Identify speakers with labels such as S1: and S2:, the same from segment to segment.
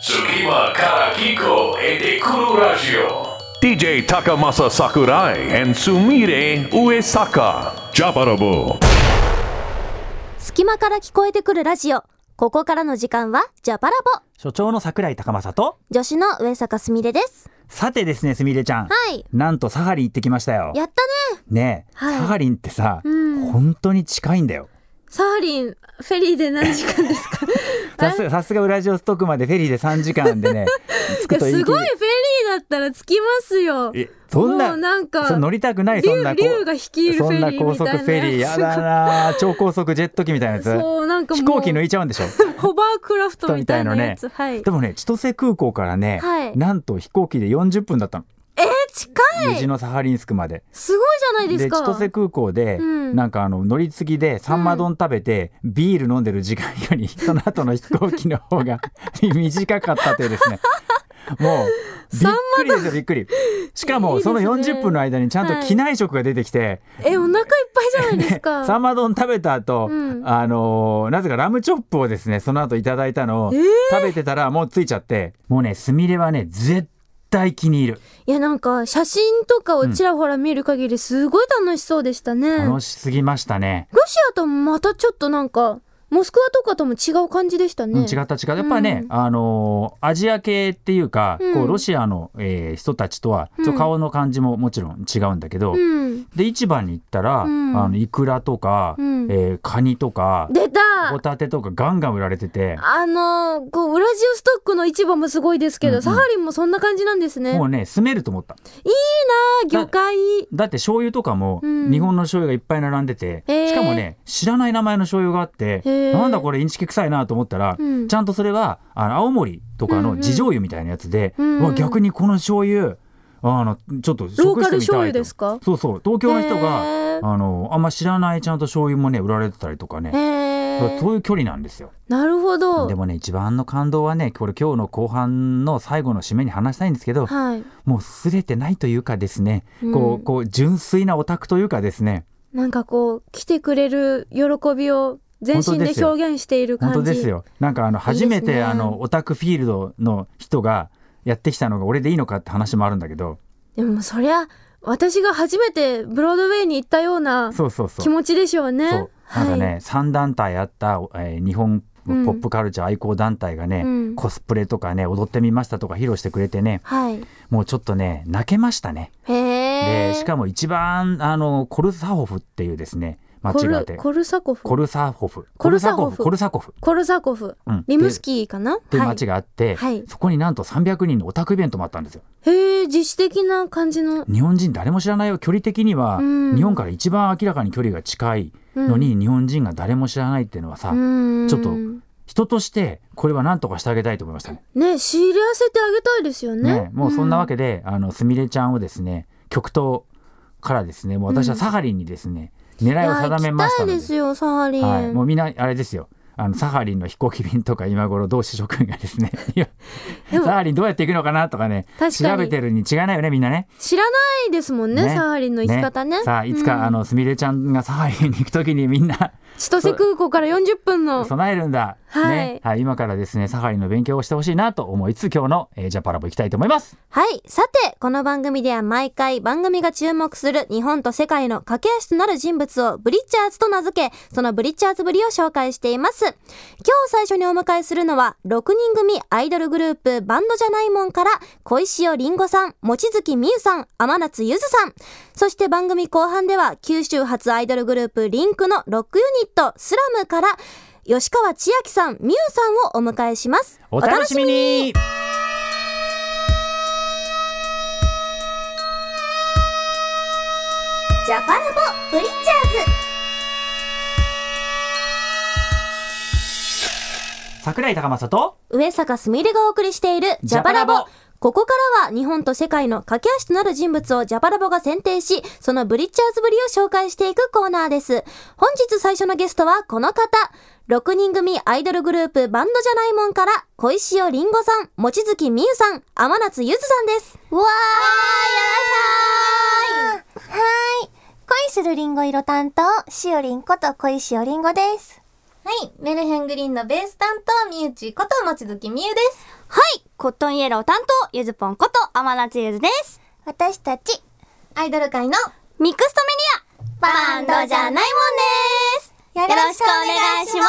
S1: Tsukima Karakiko e Dekuru Radio.
S2: DJ Takamasa Sakurai and Sumire Uesaka. Japarobo.
S3: 隙間から聞こえてくるラジオ。ここからの時間は、ジャパラボ。
S4: 所長の桜井高政と
S3: 女子の上坂すみれです。
S4: さてですねすみれちゃ
S3: は
S4: ん、
S3: い。
S4: なんとサハリン行ってきましたよ
S3: やったね。
S4: ねえ、
S3: はい
S4: サハリンってさ、
S3: うん
S4: 本当に近いんだよ
S3: サーリン、フェリーで何時間ですか
S4: さすがさすがウラジオストクまでフェリーで3時 間でね着
S3: い
S4: く
S3: や
S4: とい
S3: す
S4: い
S3: ごいフェリーだったら着きますよ。
S4: えそん
S3: も
S4: な
S3: うなんか
S4: そ乗りたくない
S3: 竜
S4: そんなこう
S3: 竜が率いるフ
S4: そん
S3: ェ
S4: な
S3: リー
S4: 高
S3: みた
S4: 速
S3: いなやつ
S4: フェリーやだなあ超高速ジェット機みたいなや つ
S3: そうなんかもう
S4: 飛行機抜いちゃう んでしょ
S3: ホバークラフトみたいなやつ。
S4: み
S3: はい。え
S4: でもね千歳空港からね、
S3: はい
S4: なんと飛行機で40分だったの
S3: ー、近
S4: 虹
S3: い
S4: のサハリンスクまで。
S3: すごいじゃないです
S4: で
S3: か。
S4: 千歳空港で、
S3: うん
S4: なんかあの乗り継ぎでサンマ丼食べて、ビール飲んでる時間よ りその後の飛行機の方が短かったというですねもうびっくりですよびっくりしか
S3: いい
S4: も
S3: です
S4: そ
S3: ね
S4: の40分の間にちゃんと
S3: はい
S4: 機内食が出てきて、
S3: え、お腹いっぱいじゃないです か。
S4: サンマ丼食べた後、
S3: うん
S4: あのーなぜかラムチョップをですねその後いただいたのを、
S3: えー
S4: 食べてたらもうついちゃってもうねスミレはね絶対気に入る
S3: いやなんか写真とかをちらほら見る限りすごい楽しそうでしたね、ロ
S4: 楽
S3: シ
S4: しすぎましたね
S3: アともまたちょっとなんかモスクワとかとも違う感じでしたね、
S4: うん、違った違ったやっぱりね、
S3: うん
S4: あのーアジア系っていうか、
S3: うん
S4: こうロシアの、えー人たちとはちょっ
S3: うん
S4: と顔の感じももちろん違うんだけど、
S3: うん
S4: で市場に行ったら、
S3: うん
S4: あのイクラとか、
S3: うん
S4: えーカニとか
S3: 出た
S4: ホタテとかガンガン売られてて
S3: あのーこうウラジオストックの市場もすごいですけど、
S4: うんうん
S3: サハリンもそんな感じなんですね
S4: もうね住めると思った
S3: あー魚介
S4: だって醤油とかも
S3: うん
S4: 日本の醤油がいっぱい並んでて、
S3: へー
S4: しかもね知らない名前の醤油があって
S3: へー
S4: なんだこれインチキ臭いなと思ったら、
S3: うん
S4: ちゃんとそれはあの青森とかの地醤油みたいなやつで、
S3: うんうん
S4: うわ逆にこの醤油あのちょっと食してみたいと
S3: ローカル醤油ですか
S4: そうそう東京の人が
S3: へー
S4: あのあんま知らないちゃんと醤油もね売られてたりとかね
S3: へー
S4: そういう距離なんですよ
S3: なるほど
S4: でもね一番の感動はねこれ今日の後半の最後の締めに話したいんですけど
S3: はい
S4: もう擦れてないというかですね、
S3: う
S4: こ
S3: ん
S4: うこう純粋なオタクというかですね
S3: なんかこう来てくれる喜びを全身
S4: 本当
S3: で
S4: ですよ
S3: 表現している
S4: 本
S3: 感じ
S4: 当ですよなんかあの
S3: いいです
S4: 初
S3: ね
S4: めてあのオタクフィールドの人がやってきたのが俺でいいのかって話もあるんだけど
S3: でもそりゃ私が初めてブロードウェイに行ったような
S4: そうそうそう
S3: 気持ちでしょうね。
S4: そうなんかね、
S3: はい、
S4: 3団体あった、えー日本ポ
S3: うん
S4: ップカルチャー愛好団体がね、
S3: うん
S4: コスプレとかね踊ってみましたとか披露してくれてね
S3: はい、
S4: もうちょっとね泣けましたね、
S3: へえ。
S4: でしかも一番あのコルサホフっていうですね
S3: コ
S4: 街があっ
S3: ル
S4: てコ
S3: コルサコフ。コル
S4: ルサホフ
S3: コルサホフ
S4: コルサホフ
S3: サコフ。
S4: うん
S3: リムスキーかな。
S4: っていう
S3: はい
S4: 街があって、
S3: はい
S4: そこになんと300人のオタクイベントもあったんですよ。
S3: へえ、自主的な感じの。
S4: 日本人誰も知らないよ距離的には、
S3: うん
S4: 日本から一番明らかに距離が近いのに、日本人が誰も知らないっていうのはさ、
S3: うん
S4: ちょっと人としてこれは何とかしてあげたいと思いましたね。
S3: ね、知り合わせてあげたいですよね。
S4: ねもうそんなわ
S3: け。
S4: けで、あのすみれちゃんをですね極東からですねもう私はサハリンにですね、狙いを定めましたの
S3: いや行きたいで
S4: で
S3: すよ、サハリン。
S4: はい、もうみんなあれですよあのサハリンの飛行機便とか今頃同志諸君がですねいや
S3: でも
S4: サハリンどうやって行くのかなとかね
S3: 確かに
S4: 調べてるに違いないよねみんなね。
S3: 知らないですもんね、
S4: ね
S3: サハリンの行き方ね。
S4: さあいつか、
S3: うん
S4: あのすみれちゃんがサハリンに行くときにみんな
S3: 千歳空港から40分の。
S4: 備えるんだ、
S3: はい
S4: ねはい、今からですねサハリンの勉強をしてほしいなと思いつつ今日の、えージャパラボ行きたいと思います。
S3: はい。さて、この番組では毎回番組が注目する日本と世界の駆け足となる人物をブリッチャーズと名付け、そのブリッチャーズぶりを紹介しています。今日最初にお迎えするのは、6人組アイドルグループバンドじゃないもんから、小石尾りんごさん、望月美優さん、天夏ゆずさん。そして番組後半では、九州発アイドルグループリンクのロックユニット、スラムから、吉川千秋さん、美優さんをお迎えします。
S4: お楽しみに
S3: ジャパラボブリッチャーズ
S4: 桜井高政と
S3: 上坂すみれがお送りしているジャパラボ
S4: ジャパラボ
S3: ここからは日本と世界の駆け足となる人物をジャパラボが選定し、そのブリッチャーズぶりを紹介していくコーナーです。本日最初のゲストはこの方。6人組アイドルグループバンドじゃないもんから、小石尾りんごさん、望月美優さん、天夏ゆずさんです。わー、やらしゃ
S5: はーい。恋するりんご色担当、しおりんこと恋しおりんごです。
S3: ー
S5: はい、メルヘングリーンのベース担当、みゆちこと、もちづきみゆです。
S3: はいコットンイエロー担当、ゆずぽんこと、天夏ゆずです。
S5: 私たち、アイドル界の
S3: ミックストメディア
S5: バンドじゃないもんですよ
S3: よろしくお願いしま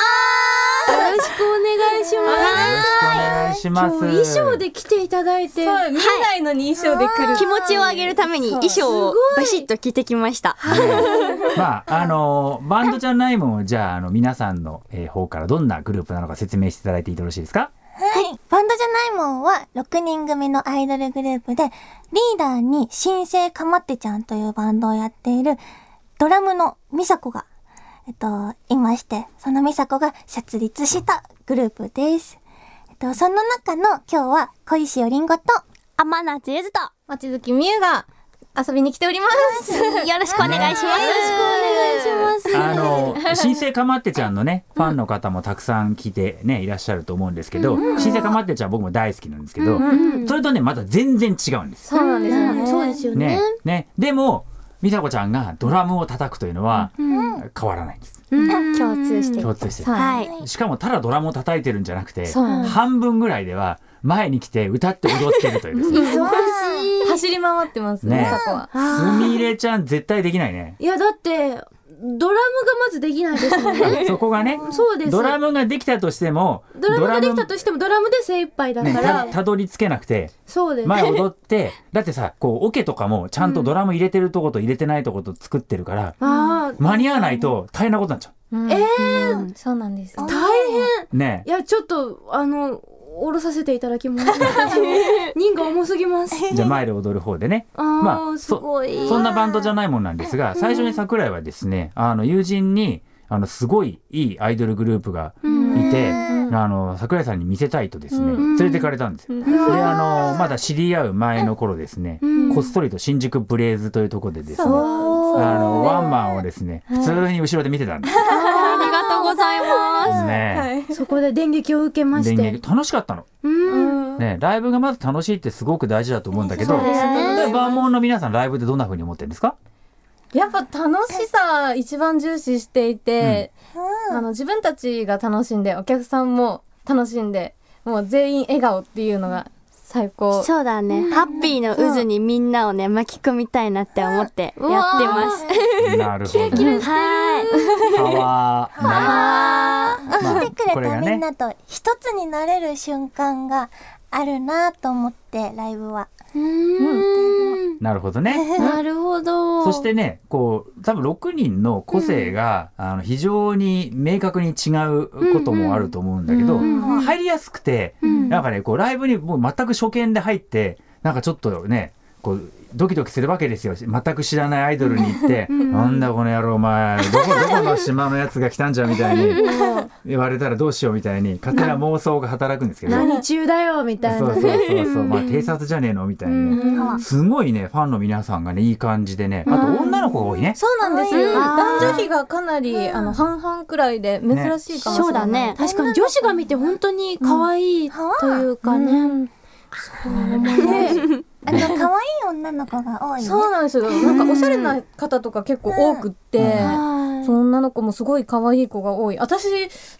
S3: すよろしくお願いしま
S4: 願いします。
S3: 来ていただいて
S6: そう、見ないのに衣装で来る。
S3: 気持ちを上げるために衣装をバシッと着てきました。
S4: まああのバンドじゃないもんをじゃああの皆さんの、えー方からどんなグループなのか説明していただいていてよろしいですか。
S5: はい。バンドじゃないもんは6人組のアイドルグループで、リーダーに新生かまってちゃんというバンドをやっているドラムの美佐子が、えっと、いまして、その美佐子が設立したグループです。えっと、その中の今日は小石よりんごと、
S3: 天夏ゆずと、よ
S6: もちづきみゆが遊びに来ております。
S3: ろしくお願いします。よろしくお願いします。
S4: あの新生かまってちゃんのねファンの方もたくさん聞いてねいらっしゃると思うんですけど、新生かまってちゃん僕も大好きなんですけど、それとねまた全然違うんです。
S6: そうなんですよね。
S3: そうですよ
S4: ねねでも美佐子ちゃんがドラムを叩くというのは変わらないんです。
S3: 共通して。
S4: 共通してる
S3: はい。
S4: しかもただドラムを叩いてるんじゃなくて
S6: そう
S4: 半分ぐらいでは前に来て歌って踊ってるというですね。
S6: 走り回ってます
S4: ね
S6: ね、さこは。
S4: すみれちゃん絶対できないね。
S7: いやだってドラムがまずできないです もんね。
S4: そこがね。
S7: そうです。
S4: ドラムができたとしても、
S7: ドラムができたとしてもドラムで精一杯だ
S4: ドラムね
S7: か
S4: た
S7: ら、
S4: たどり着けなくて、
S7: そうです。
S4: 前踊って、だってさ、こう、オケとかもちゃんとドラム入れてるとこと入れてないとこと作ってるから、
S7: ああ
S4: 間に合わないと大変なことになっちゃ
S6: ええ、そうなんです。
S7: 大変。
S4: う。ね
S7: いやちょっとあの下ろさせていただきます。 人が重すぎ ます。
S4: え。じゃあ前で踊る方でね。
S7: ああ、
S4: まあ
S7: すごい。
S4: そんなバンドじゃないもんなんですが、最初に桜井はですね、あの、友人に、あの、すごいいいアイドルグループがいて、あの、桜井さんに見せたいとですね、連れてかれたんですよ。で、あの、まだ知り合う前の頃ですね、こっそりと新宿ブレイズというところでですね、あの、ワンマンをですね、普通に後ろで見てたんです
S3: ありがとうございます。
S4: ね。
S7: そこで電撃を受けまし
S4: 電
S7: て。
S4: 撃楽しかったの。ね、ライブがまず楽しいってすごく大事だと思うんだけど、でバーモンの皆さんライブでどんな風に思ってるんですか
S6: やっぱ楽しさ一番重視していて、あの自分たちが楽しんでお客さんも楽しんでもう全員笑顔っていうのが最高
S3: そうだね。ハッピーの渦にみんなをね、巻き込みたいなって思ってやってます。
S4: なるほど。
S3: は
S4: パワー。まあ
S5: 来てく
S4: こ
S5: れ
S4: れ
S5: た
S4: が
S5: み
S4: ね
S5: んなと一つになれる瞬間があるなと思って、ライブは。
S3: い。うん。
S4: なるほどね。
S3: なるほど。
S4: そしてね、こう、多分6人の個性が、あの非常に明確に違うこともあると思うんだけど、入りやすくて、なんかね、こう、ライブにもう全く初見で入って、なんかちょっとね、こう、ドキドキするわけですよ。全く知らないアイドルに行って、なんだこの野郎お前、ど こ、どこの島のやつが来たんじゃみたいに、言われたらどうしようみたいに、勝手な妄想が働くんですけど。
S7: 何中だよみたい
S4: そ
S7: な
S4: う。そうそうそう、まあ偵察じゃねえのみたいなね、すごいねファンの皆さんがねいい感じでねあと女の子が多いね、
S6: そうなんですよ
S3: うん
S6: 男女比がかなり、あの半々くらいで珍しいかもしれない、
S3: そうだね。
S7: 確かに女子が見て本当に可愛いというかね。
S5: あと、可愛い女の子が多いね。
S6: そうなんですよなんかおしゃれな方とか結構多くって、その女の子もすごい可愛い子が多い私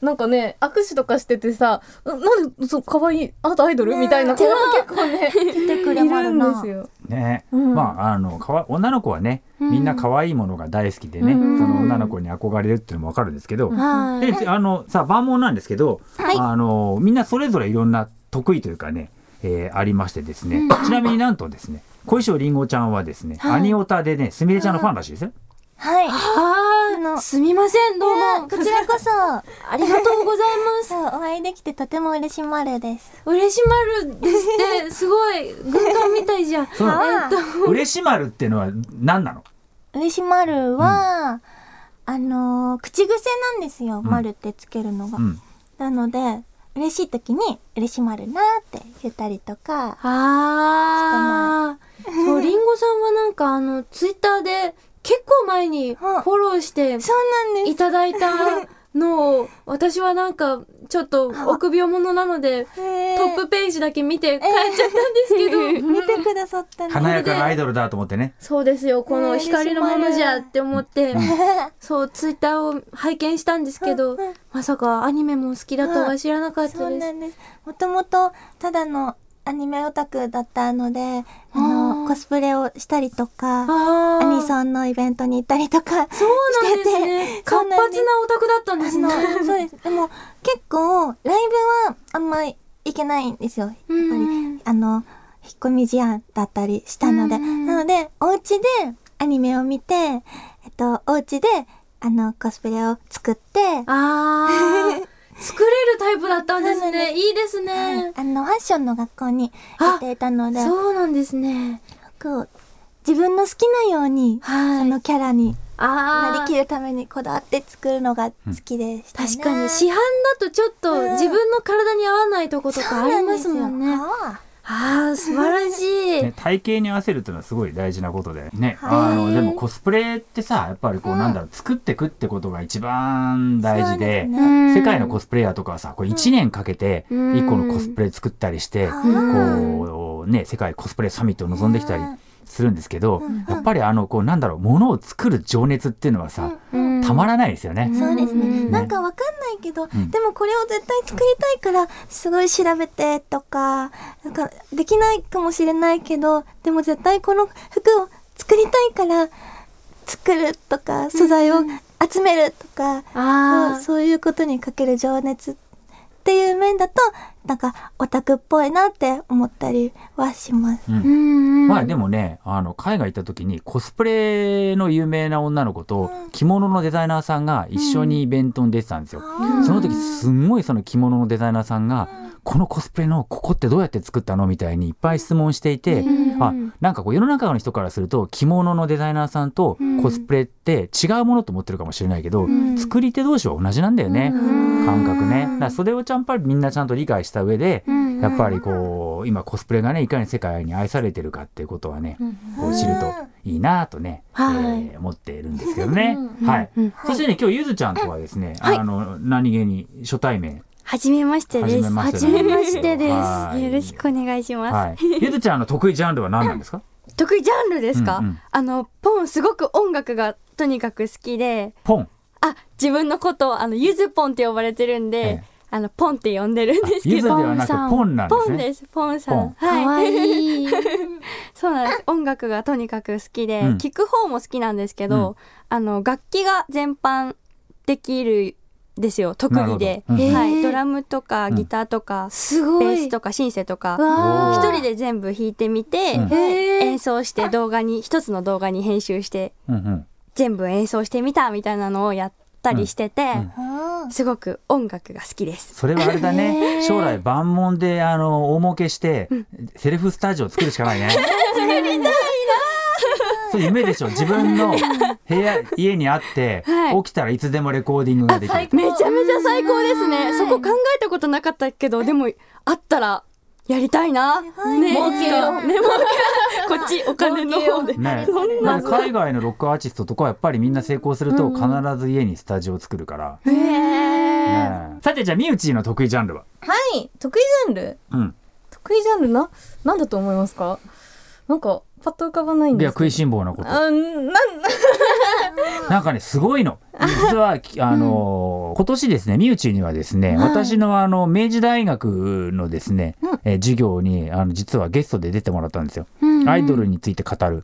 S6: なんかね握手とかしててさうんなんでそう可愛いあなたアイドルみたいな子が結構ね
S5: 来てく
S6: い
S5: れは
S6: る
S5: る
S6: んで
S5: な
S6: す。よ
S4: ね、まああのかわ女の子はねみんな可愛いものが大好きでね、その女の子に憧れるっていうのもわかるんですけど、
S3: はい。
S4: であのさ万能なんですけど、あのみんなそれぞれいろんな得意というかね、えーありましてですね、ちなみになんとですね小石りんごちゃんはですね、アニオタでねすみれちゃんのファンらしいですよ。
S5: はい。
S7: あ
S5: の
S7: あ、すみません、どうも。
S5: こちらこそ、
S7: ありがとうござい ます。
S5: そう、お会いできてとても嬉しまるです。
S7: 嬉しまるですって、すごい、軍艦みたいじゃん。
S4: その嬉しまるっていうのは何なの
S5: 嬉しまるは、あのー口癖なんですよ、まるってつけるのが。
S4: うん
S5: なので、嬉しい時に、嬉しまるなーって言ったりとか、
S7: ああ。そう、りんごさんはなんか、あ の、ツイッターで、結構前にフォローして
S5: そうなんです。
S7: いただいたのを私はなんかちょっと臆病者なので
S5: ト
S7: トップページだけ見て帰っちゃったんですけど、
S5: 見てくださったの。
S4: 華やかなアイドルだと思ってね。
S7: そうですよこの光のものじゃって思って、そうツイッターを拝見したんですけど、
S5: うんうん
S7: まさかアニメも好きだとは知らなかった
S5: そう
S7: です、
S5: なんです。もともと、ただのアニメオタクだったので、あの、コスプレをしたりとか、
S7: ああ
S5: アニソンのイベントに行ったりとか、
S7: そうなんですね
S5: してて
S7: 活発なオタクだったんで
S5: あ
S7: すね
S5: の、そうです。でも、結構、ライブはあんまり行けないんですよ。やっぱり
S7: うん、
S5: あの、引っ込み思案だったりしたので。
S7: うん
S5: なので、お家でアニメを見て、えっと、お家で、あの、コスプレを作って、
S7: あー作れるタイプだったんです
S5: そうなん
S7: ねいいですね、
S5: あの、ファッションの学校に行っていたので、
S7: そうなんですね
S5: こう自分の好きなように、
S7: は
S5: そ
S7: い
S5: のキャラに
S7: あ
S5: なり
S7: ー
S5: きるためにこだわって作るのが好きでしたね。
S7: 確かに市販だとちょっと
S5: うん
S7: 自分の体に合わないとことかありますもんね
S5: そうなんですよ
S7: ああ素晴らしい、
S4: ね体型に合わせるっていうのはすごい大事なことでね、
S5: はい
S4: あのでもコスプレってさやっぱりこうなんだろう、作ってくってことが一番大事で
S5: そうです ね
S4: 世界のコスプレイヤーとかはさこれ1年かけて
S7: うん
S4: 1個のコスプレ作ったりして、
S5: うん
S4: こうね世界コスプレサミットを望んできたり
S5: うん
S4: するんですけど、
S5: うん
S4: やっぱりあのこうなんだろうものを作る情熱っていうのはさ、たまらないですよね。
S5: そうですね、
S7: うん
S5: なんかわかんないけど、
S4: ん
S5: でもこれを絶対作りたいからすごい調べてとかなんかできないかもしれないけどでも絶対この服を作りたいから作るとか素材を集めるとか、
S7: あ
S5: そう
S7: あ
S5: そういうことにかける情熱っていう面だとなんかオタクっぽいなって思ったりはしま
S4: う
S5: す。
S4: ん
S7: うん
S4: まあでもね、あの、海外行った時にコスプレの有名な女の子と着物のデザイナーさんが一緒にイベントに出てたんですよ。
S5: あ
S4: その時すんごいその着物のデザイナーさんが、このコスプレのここってどうやって作ったのみたいにいっぱい質問していて、あ、なんかこう世の中の人からすると着物のデザイナーさんとコスプレって違うものと思ってるかもしれないけど、作り手同士は同じなんだよね。感覚ね。だからそれをちゃんぱりみんなちゃんと理解した上で、やっぱりこう今コスプレがねいかに世界に愛されてるかっていうことはね、こう知るといいなとね、
S7: はい
S4: えー思っているんですけどね。はい。そしてね今日ゆずちゃんとはですね、
S3: はい
S4: あの何気に初対面
S3: はじめまして
S4: 初
S3: です。
S4: めまして
S7: はじめましてです
S4: はい
S3: よろしくお願いします。
S4: はい。ゆずちゃんの得意ジャンルは何なんですか？
S3: 得意ジャンルですか、
S4: うんうん
S3: あの、ポンすごく音楽がとにかく好きで、
S4: ポン。
S3: あ、自分のことを、あの、ゆずポンって呼ばれてるんで、
S4: ええ
S3: あの、ポンって呼んでるん
S4: あ
S3: です
S4: ゆ
S3: け
S4: ずで
S3: ど、
S4: はなくポンなんで
S3: ポ
S4: す
S3: ン
S4: ね。
S3: です、ポンさん。
S7: か
S3: はい。
S7: わいい
S3: そうなんです。音楽がとにかく好きで、
S4: うん
S3: 聞く方も好きなんですけど、あの、楽器が全般できるんですよ、特技で。
S4: なるほどうん
S3: は
S7: へ
S3: い。
S7: え
S3: ドラムとか、ギターとか、
S7: すご
S3: ベー
S7: い
S3: スとか、シンセとか、
S7: わ
S4: お
S3: 一
S4: ー
S3: 人で全部弾いてみて、
S4: うん
S7: へえ
S3: 演奏して動画に一つの動画に編集して
S4: うんうん。
S3: 全部演奏してみたみたいなのをやったりしてて、すごく音楽が好きです。
S4: それはあれだ
S7: へー
S4: ね。将来万問であの大儲けして、セルフスタジオ作るしかないね。作りたいな。そう夢でしょ。自分の部屋家にあって、
S3: はい
S4: 起きたらいつでもレコーディングができる。
S3: めちゃめちゃ最高ですね。そこ考えたことなかったけど、でもあったらやりたいな。ね、
S5: 儲
S3: いつかね、儲けこっちお金の方で。
S4: ね
S3: そん、な
S4: なんか海外のロックアーティストとかはやっぱりみんな成功すると必ず家にスタジオを作るから、ねさてじゃあみうちの得意ジャンルは、
S6: はい得意ジャンル
S4: うん、
S6: 得意ジャンルななんだと思いますかなんかパッと浮かばないん
S4: いや
S6: ですけど
S4: 食いしん坊なこと
S6: あんなん
S4: なんかね、すごいの。実は、きあのー今年ですね、みうちにはですね、私のあの、明治大学のですね、えー授業に、あの、実はゲストで出てもらったんですよ。アイドルについて語る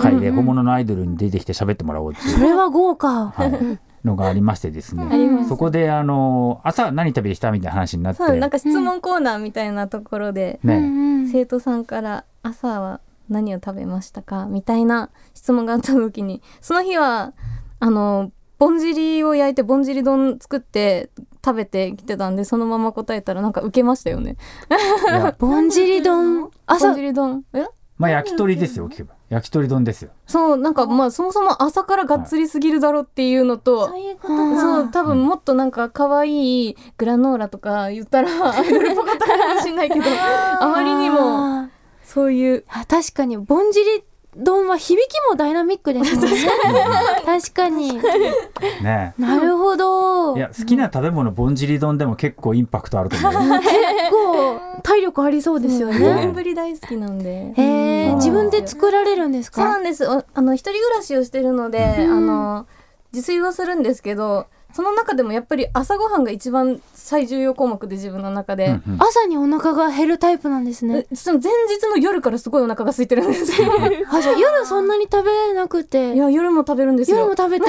S4: 会で、本物のアイドルに出てきて喋ってもらおうっていう
S7: それは豪華
S4: はい、のがありましてです
S6: あ
S4: ね。
S6: ります
S4: そこで、あのー朝何食べてきたみたいな話になって、
S6: そうなんか質問コーナーみたいなところで、
S4: ね、
S6: 生徒さんから朝は何を食べましたかみたいな質問があった時にその日はあのぼんじりを焼いてぼんじり丼作って食べてきてたんでそのまま答えたらなんか受けましたよね
S4: いや
S7: ぼんじり丼
S6: ぼん
S7: 朝
S6: じり丼え
S4: まあ、焼き鳥ですよ、聞けば。焼き鳥丼ですよ。
S6: そうなんかまあそもそも朝からがっつりすぎるだろっていうのと、
S5: そういうことか。
S6: そう多分もっとなんか可愛いグラノーラとか言ったらアイドルっぽかったかもしれないけどあまりにもそういう
S7: あ確かにぼんじり
S3: どんは響きもダイナミックですもんね 確かに
S4: ね
S3: なるほど
S4: い
S3: 結
S4: や好きな食べ物ぼんじり丼でも結構インパクトあると 思うよ
S3: 構体力ありそうですよね
S6: 丼大好きなんで。
S3: へえ
S4: うん
S3: 自分で作られるんです
S6: そうな
S3: か
S6: んです。おあの一人暮らしをしてるので、あの自炊はするんですけど、その中でもやっぱり朝ごはんが一番最重要項目で自分の中で。
S4: うんうん
S3: 朝にお腹が減るタイプなんですね
S6: えその前日の夜からすごいお腹が空いてるん ですよ。
S3: あじゃあ夜そんなに食べなく
S6: い
S3: て
S6: や夜も食べるんですよ。
S3: 夜も食べ て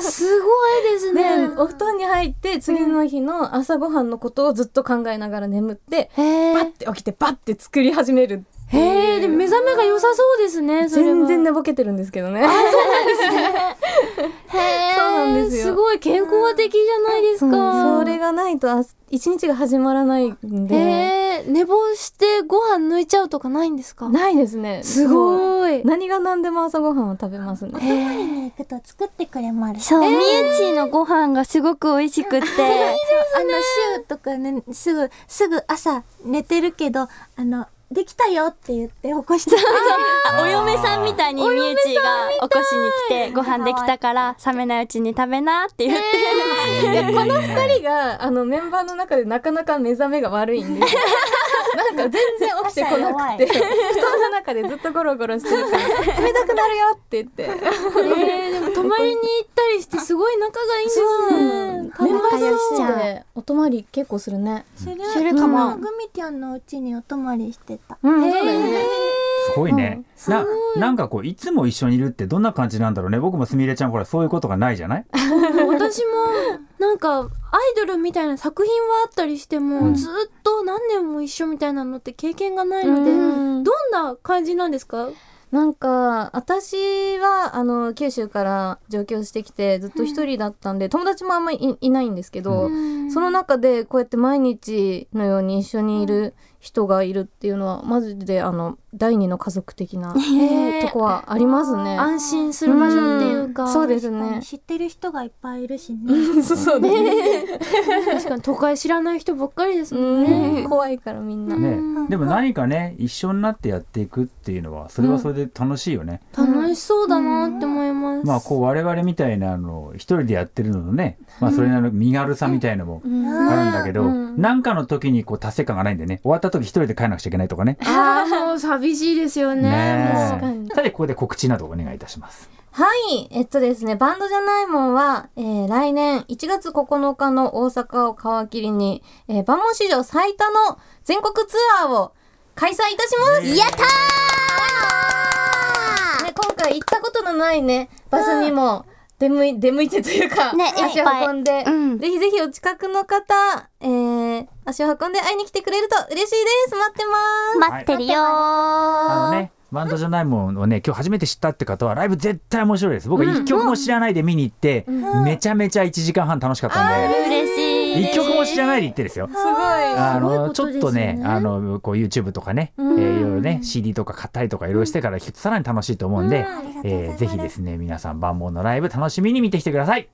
S3: すごいです
S6: で
S3: ね
S6: お布団に入って次の日の朝ごはんのことをずっと考えながら眠って、
S3: へえ
S6: バッて起きてバッて作り始める
S3: へえでも目覚めが良さそうですねそれは
S6: 全然寝ぼけてるんですけどね
S3: へえ
S6: そうなんですよ
S3: ごい健康的じゃないですか
S6: それがないとあ一日が始まらないん
S3: へ
S6: で
S3: え寝坊してご飯抜いちゃうとかないんですか
S6: ないですね
S3: すごい
S6: 何が何でも朝ごはんは食べますね
S5: 食べに行くと作ってくれもある。
S8: そう、みゆちのご飯がすごく美味し くって。
S5: あの、シューとかね、すぐ、すぐ朝寝てるけど、あの、できたよって言って起こしてくれる。
S8: あお嫁さんみたいにみゆちが起こしに来て、ご飯できたから、冷めないうちに食べなって言って。
S6: この二人があのメンバーの中でなかなか目覚めが悪い んですよなんか全然起きてこなくて布団の中でずっとゴロゴロしてるから冷たくなるよって言って
S3: えー、でも泊まりに行ったりしてすごい仲がいいんですね
S6: メンバー
S8: しちゃう
S6: でお泊まり結構するね
S5: それ
S3: するかも
S5: グミティアンのうちにお泊まりしてた。
S6: うん、
S3: へ
S6: そうだよね。
S4: すごいね、ななんかこういつも一緒にいるってどんな感じなんだろうね僕もすみれちゃんほらそういうことがないじゃない
S3: ー、私もなんかアイドルみたいな作品はあったりしても、
S4: うん
S3: ずっと何年も一緒みたいなのって経験がないので、
S6: うん
S3: どんな感じなんですか
S6: なんか私はあの九州から上京してきてずっと一人だったんで、友達もあんまりいいないんですけど、その中でこうやって毎日のように一緒にいる人がいるっていうのはマジであの第二の家族的な
S3: へー
S6: とこはありますね。
S3: 安心する場所っていうか、
S6: んそうですね。
S5: 知ってる人がいっぱいいるし ね。
S6: そうだね。
S3: 確かに都会知らない人ばっかりですもん
S6: うん怖いからみんな。
S4: ねでも何かね一緒になってやっていくっていうのはそれはそれで楽しいよね、
S3: 楽しそうだなって思います、
S4: まあこう我々みたいなあの一人でやってるののね、まあ、それなりの身軽さみたいのも
S6: うん
S4: あるんだけど、
S6: うん
S4: なんかの時にこう達成感がないんでね終わった時一人で帰らなくちゃいけないとかね
S3: あーもう寂しいですよね
S4: ね
S6: 確かに
S4: さてここで告知などお願いいたします
S6: はい。えっとですね、バンドじゃないもんは、えー来年1月9日の大阪を皮切りに、えー、バモン史上最多の全国ツアーを開催いたしますやったーね、今回行ったことのないね、場所にも出向い、出向いてというか、
S8: ね
S6: 足
S8: い
S6: を
S8: っぱい
S6: 運んで、
S8: うん
S6: ぜひぜひお近くの方、えー、足を運んで会いに来てくれると嬉しいです待ってます
S8: 待ってるよ
S4: あ
S8: ー。
S4: のねバンドじゃないもんをね今日初めて知ったって方はライブ絶対面白いです僕は一曲も知らないで見に行って、めちゃめちゃ1時間半楽しかったんで、
S8: 嬉しい。
S4: 一曲も知らないで行ってですよ
S6: すご
S4: あ
S3: す
S4: のち
S3: ご
S4: ょ
S3: いことですよね
S4: っとねあのこう YouTube とかね、えーいろいろね CD とか買ったりとかいろいろしてから聞くとさらに楽しいと思うんで、えーぜひですね皆さん万能のライブ楽しみに見てきてください。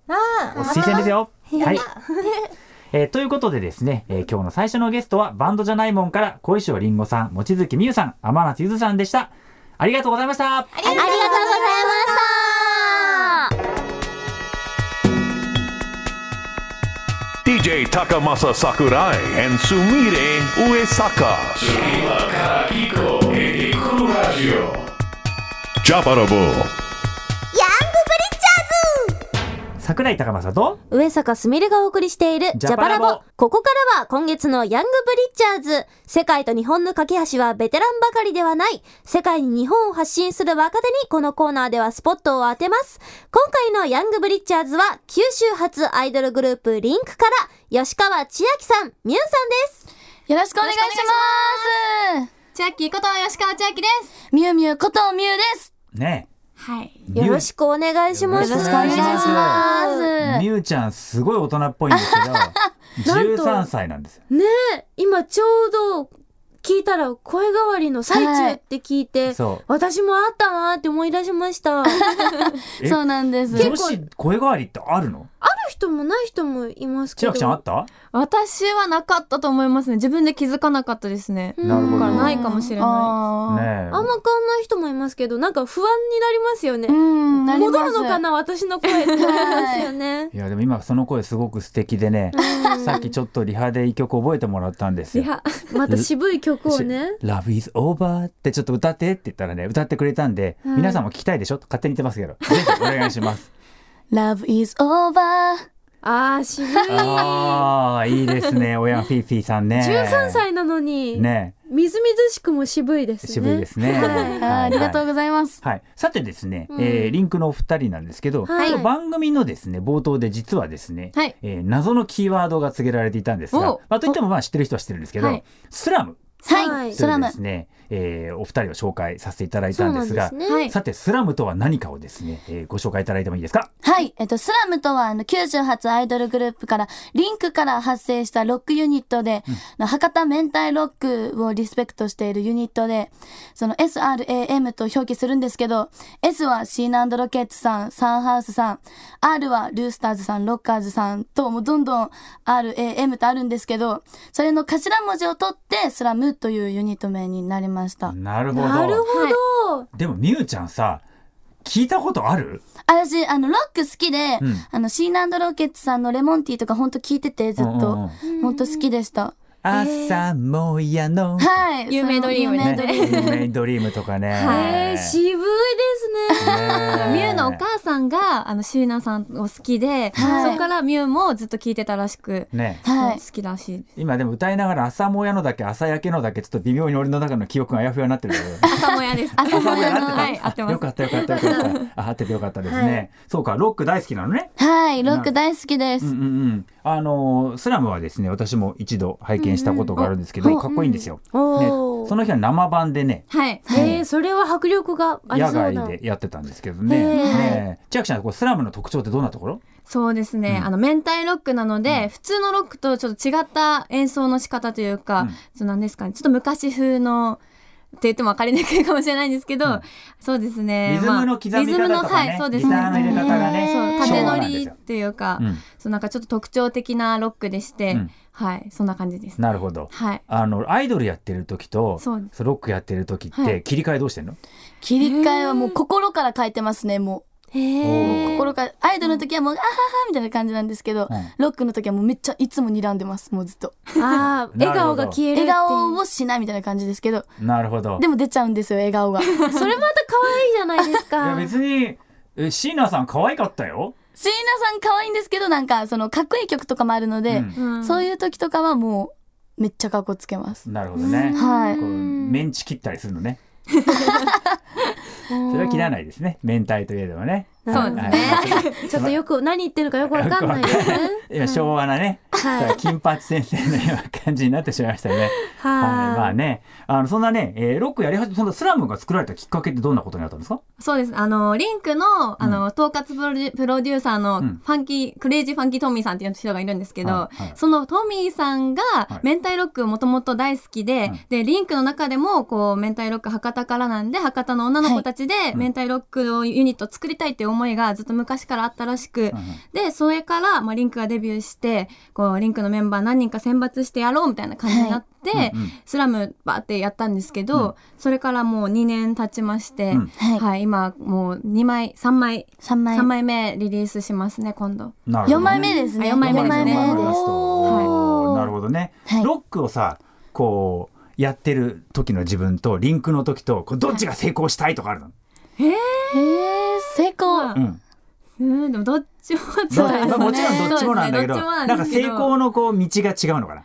S4: お推薦ですよ。はい。えーということでですね、えー今日の最初のゲストはバンドじゃないもんから小石尾りんごさん、望月美優さん、天夏ゆずさんでした。ありがとうございました。
S8: ありがとうございました。
S2: DJ Takamasa Sakurai and Sumire Uesaka.
S1: 次はカラキコエデクルラジオ
S2: Jabarabo.
S4: 桜井高政と、
S3: 上坂すみれがお送りしているジ
S4: ジ
S3: ャ
S4: ャ
S3: パ
S4: パ
S3: ラ
S4: ラ
S3: ボ
S4: ボ
S3: ここからは今月のヤングブリッジャーズ世界と日本の架け橋はベテランばかりではない世界に日本を発信する若手にこのコーナーではスポットを当てます今回のヤングブリッジャーズは九州発アイドルグループリンクから吉川千秋さんみゆんさんです
S9: よろしくお願いします。チャッキーこと吉川千秋です。みゆみゆことみゆです。
S4: ね。
S9: はい。
S3: よろしくお願いします
S4: よろしくお願いします
S9: ま
S4: みゆちゃんすごい大人っぽいんですけど、
S3: なんと
S4: 13歳なんですよ。
S3: 今ちょうど聞いたら声変わりの最中って聞いて、
S4: そ
S3: 私もあ ったなーって思い出しました。
S4: え
S9: そうなんです。
S4: う。女子声変わりってあるの
S3: あ
S10: 人もない人もいますけ
S4: 千
S10: ど
S4: 秋ちゃんあった
S11: 私はなかったと思いますね自分で気づかなかったですね
S4: なるほど
S11: だから
S4: ね
S11: ないかもしれな
S6: あ
S10: あ
S4: え
S10: んま変わんない人もいますけどなんか不安になりますよね
S6: ーうんなり
S10: 戻
S6: ます
S10: るのかな私の声ってなりますよ ね
S4: いやでも今その声すごく素敵でねさっきちょっとリハで一曲覚えてもらったんです
S10: い
S4: よ。
S10: やまた渋い曲を ね
S4: 「Love is over」ってちょっと歌ってって言ったらね歌ってくれたんで、皆さんも聞きたいでしょ勝手に言ってますけどぜひお願いします。
S6: Love is over
S10: あー渋い13
S4: ああいいですね親フィーフィーさんね。
S10: 歳なのに、
S4: ね
S10: みずみずしくも渋いですね
S4: 渋いですね。
S10: はい
S6: あーありがとうございます
S4: はい、さてですね、えーリンクのお二人なんですけど、
S10: はい
S4: ちょっと番組のですね冒頭で実はですね、
S11: はい
S4: えー謎のキーワードが告げられていたんですが
S11: お、
S4: まあ、といってもまあ知ってる人は知ってるんですけど、
S11: はい
S4: スラム
S6: はい
S4: と
S6: ス
S4: い
S6: ラ
S4: う
S6: ム
S4: ですね、えーお二人を紹介させていただい
S10: そ
S4: た
S10: うん
S4: で
S10: なん
S4: す
S10: で
S4: が
S10: すね、
S11: いはい
S4: さてスラムとは何かをですね、えーご紹介いただいてもいいですか
S6: はい。えっと、スラムとは、あの、98アイドルグループから、リンクから発生したロックユニットで、あの博多明太ロックをリスペクトしているユニットで、その SRAM と表記するんですけど、S はシーナンドロケッツさん、サンハウスさん、R はルースターズさん、ロッカーズさんと、もうどんどん RAM とあるんですけど、それの頭文字を取って、スラムというユニット名になりました。
S4: なるほど
S10: なるほど、
S4: でもみゆちゃんさ聞いたことある
S6: 私、あの、ロック好きで、
S4: うん
S6: あの、シーナンドロケッツさんのレモンティーとかほんと聞いてて、ずっと。ほんと好きでした。
S4: 朝もやの、
S6: はい。
S11: 有名ドリームね
S4: ね
S6: 有名ドリー
S4: 「
S6: ム
S4: メイドリーム」とかね。
S10: へー渋いですね
S11: いミュウのお
S4: か
S11: 母さんがあのシーナさんを好きで、
S6: はい
S11: そこからミュウもずっと聞いてたらしく、
S4: ね
S6: はい
S11: 好。きらし い
S4: 今でも歌いながら朝もやのだけ朝焼けのだけちょっと微妙に俺の中の記憶があやふやになってるけど
S11: 朝もやです
S6: 朝もやの
S11: はい合ってま
S4: よ
S11: す
S4: かったよかったよかったあ合っててよかったですね、そうかロック大好きなのね
S6: はい。ロック大好きで
S4: うんう
S6: す。
S4: んうんあのースラムはですね私も一度拝見したことがあるんですけど、
S6: うんうん
S4: かっこいいんですよ、ね
S10: お
S4: そ
S10: ー
S4: の日は生版でね
S11: はい
S10: へーそれは迫力があり
S4: 野
S10: そうな
S4: 外でやってたんですけどね
S10: へー
S4: ね千秋ちゃんこれスラムの特徴ってどんなところ
S11: そうですね、
S4: うん
S11: あの明太ロックなので、普通のロックとちょっと違った演奏の仕方というか、
S4: うん
S11: そうなんですかねちょっと昔風のって言っても分かりにくいかもしれないんですけど、
S4: うん
S11: そうですね
S4: リズムの刻み方とかね
S11: まあリズムのはいそうです
S4: ギターの入れ方がね
S11: そう縦
S4: 昭和な
S11: 乗
S4: んです
S11: り
S4: よ
S11: っていうか、
S4: うん
S11: そうなんかちょっと特徴的なロックでして、
S4: うん
S11: はいそんな感じです
S4: なるほど
S11: はい
S4: あのアイドルやってる時と
S11: そうで
S4: ロックやってる時っ
S11: は
S4: て
S11: い
S4: 切り替えどうしてんの、
S6: 切り替えはもう心から書いてますね、もう。
S4: おー
S6: 心から。アイドルの時はもう、あははみたいな感じなんですけど
S4: うん、
S6: ロックの時はもうめっちゃいつも睨んでます、もうずっと。
S10: あー
S4: なるほど
S10: 笑顔が消えるってい
S6: 笑
S10: う
S6: 顔をしないみたいな感じですけど、
S4: なるほど
S6: でも出ちゃうんですよ、笑顔が。シーナ
S10: それまた可愛いじゃないです
S4: いや
S10: か
S4: 別にえ椎名さん可愛かったよ。
S6: さん可愛いんですけど、なんか、その、かっこいい曲とかもあるので、
S4: う
S6: そう
S10: い
S6: いう時とかはもう、めっちゃかっこつけます。
S4: ん、なるほどね。
S6: はい
S4: こ。うメンチ切ったりするのね。それは切らないですね。明太といえどもね。
S11: そうですね
S4: はい
S10: ちょっとよく何言ってるのかよくわかんないですね
S4: 今昭和なね、
S10: は
S4: 金八先生のような感じになってしまいましたね。はい、ま
S10: は
S4: あ
S10: い
S4: ね、あのそんなね、えーロックやり始めそんなスラムが作られたきっかけってどんなことになったんですか？
S11: そうです。あの、リンクの、あの、統括プロデュプロデューサー
S4: う
S11: の、
S4: ん
S11: ファンキー、クレイジーファンキートミーさんっていう人がいるんですけど、
S4: はいはい
S11: そのトミーさんが
S4: い、
S11: 明太ロックもともと大好きで、
S4: うん
S11: で、リンクの中でも、こう、明太ロック博多からなんで、博多の女の子たちで、
S4: ん
S11: 明太ロックのユニットを作りたいっていう思いがずっと昔からあったらしく、
S4: うんうん
S11: で、それから、まあ、リンクがデビューして、こう、リンクのメンバー何人か選抜してやろうみたいな感じになっ
S4: う
S11: て、
S4: んうん
S11: スラムバーってやったんですけど、それからもう2年経ちまして、
S4: うん
S6: はい
S11: はい、今もう2枚、3枚、
S6: 3枚。
S11: 3枚目リリースしますね、今度。
S4: なるほどね
S6: 4枚目ですね。
S11: あ四枚目ですね
S6: 四枚
S11: 四枚目
S6: 目
S11: で
S6: ですす。
S4: おーなるほどね、
S6: はい
S4: ロックをさこうやってる時の自分とリンクの時とこうどっちが成功したいとかあるの、
S6: へえ、成功。
S11: まあ
S4: うん
S11: うん、でもどっちも
S4: どっちまあもちろんどっちもなんだけど
S11: そうですねどっちも
S4: な
S11: なんんですけど
S4: か成功のこう道が違うのかな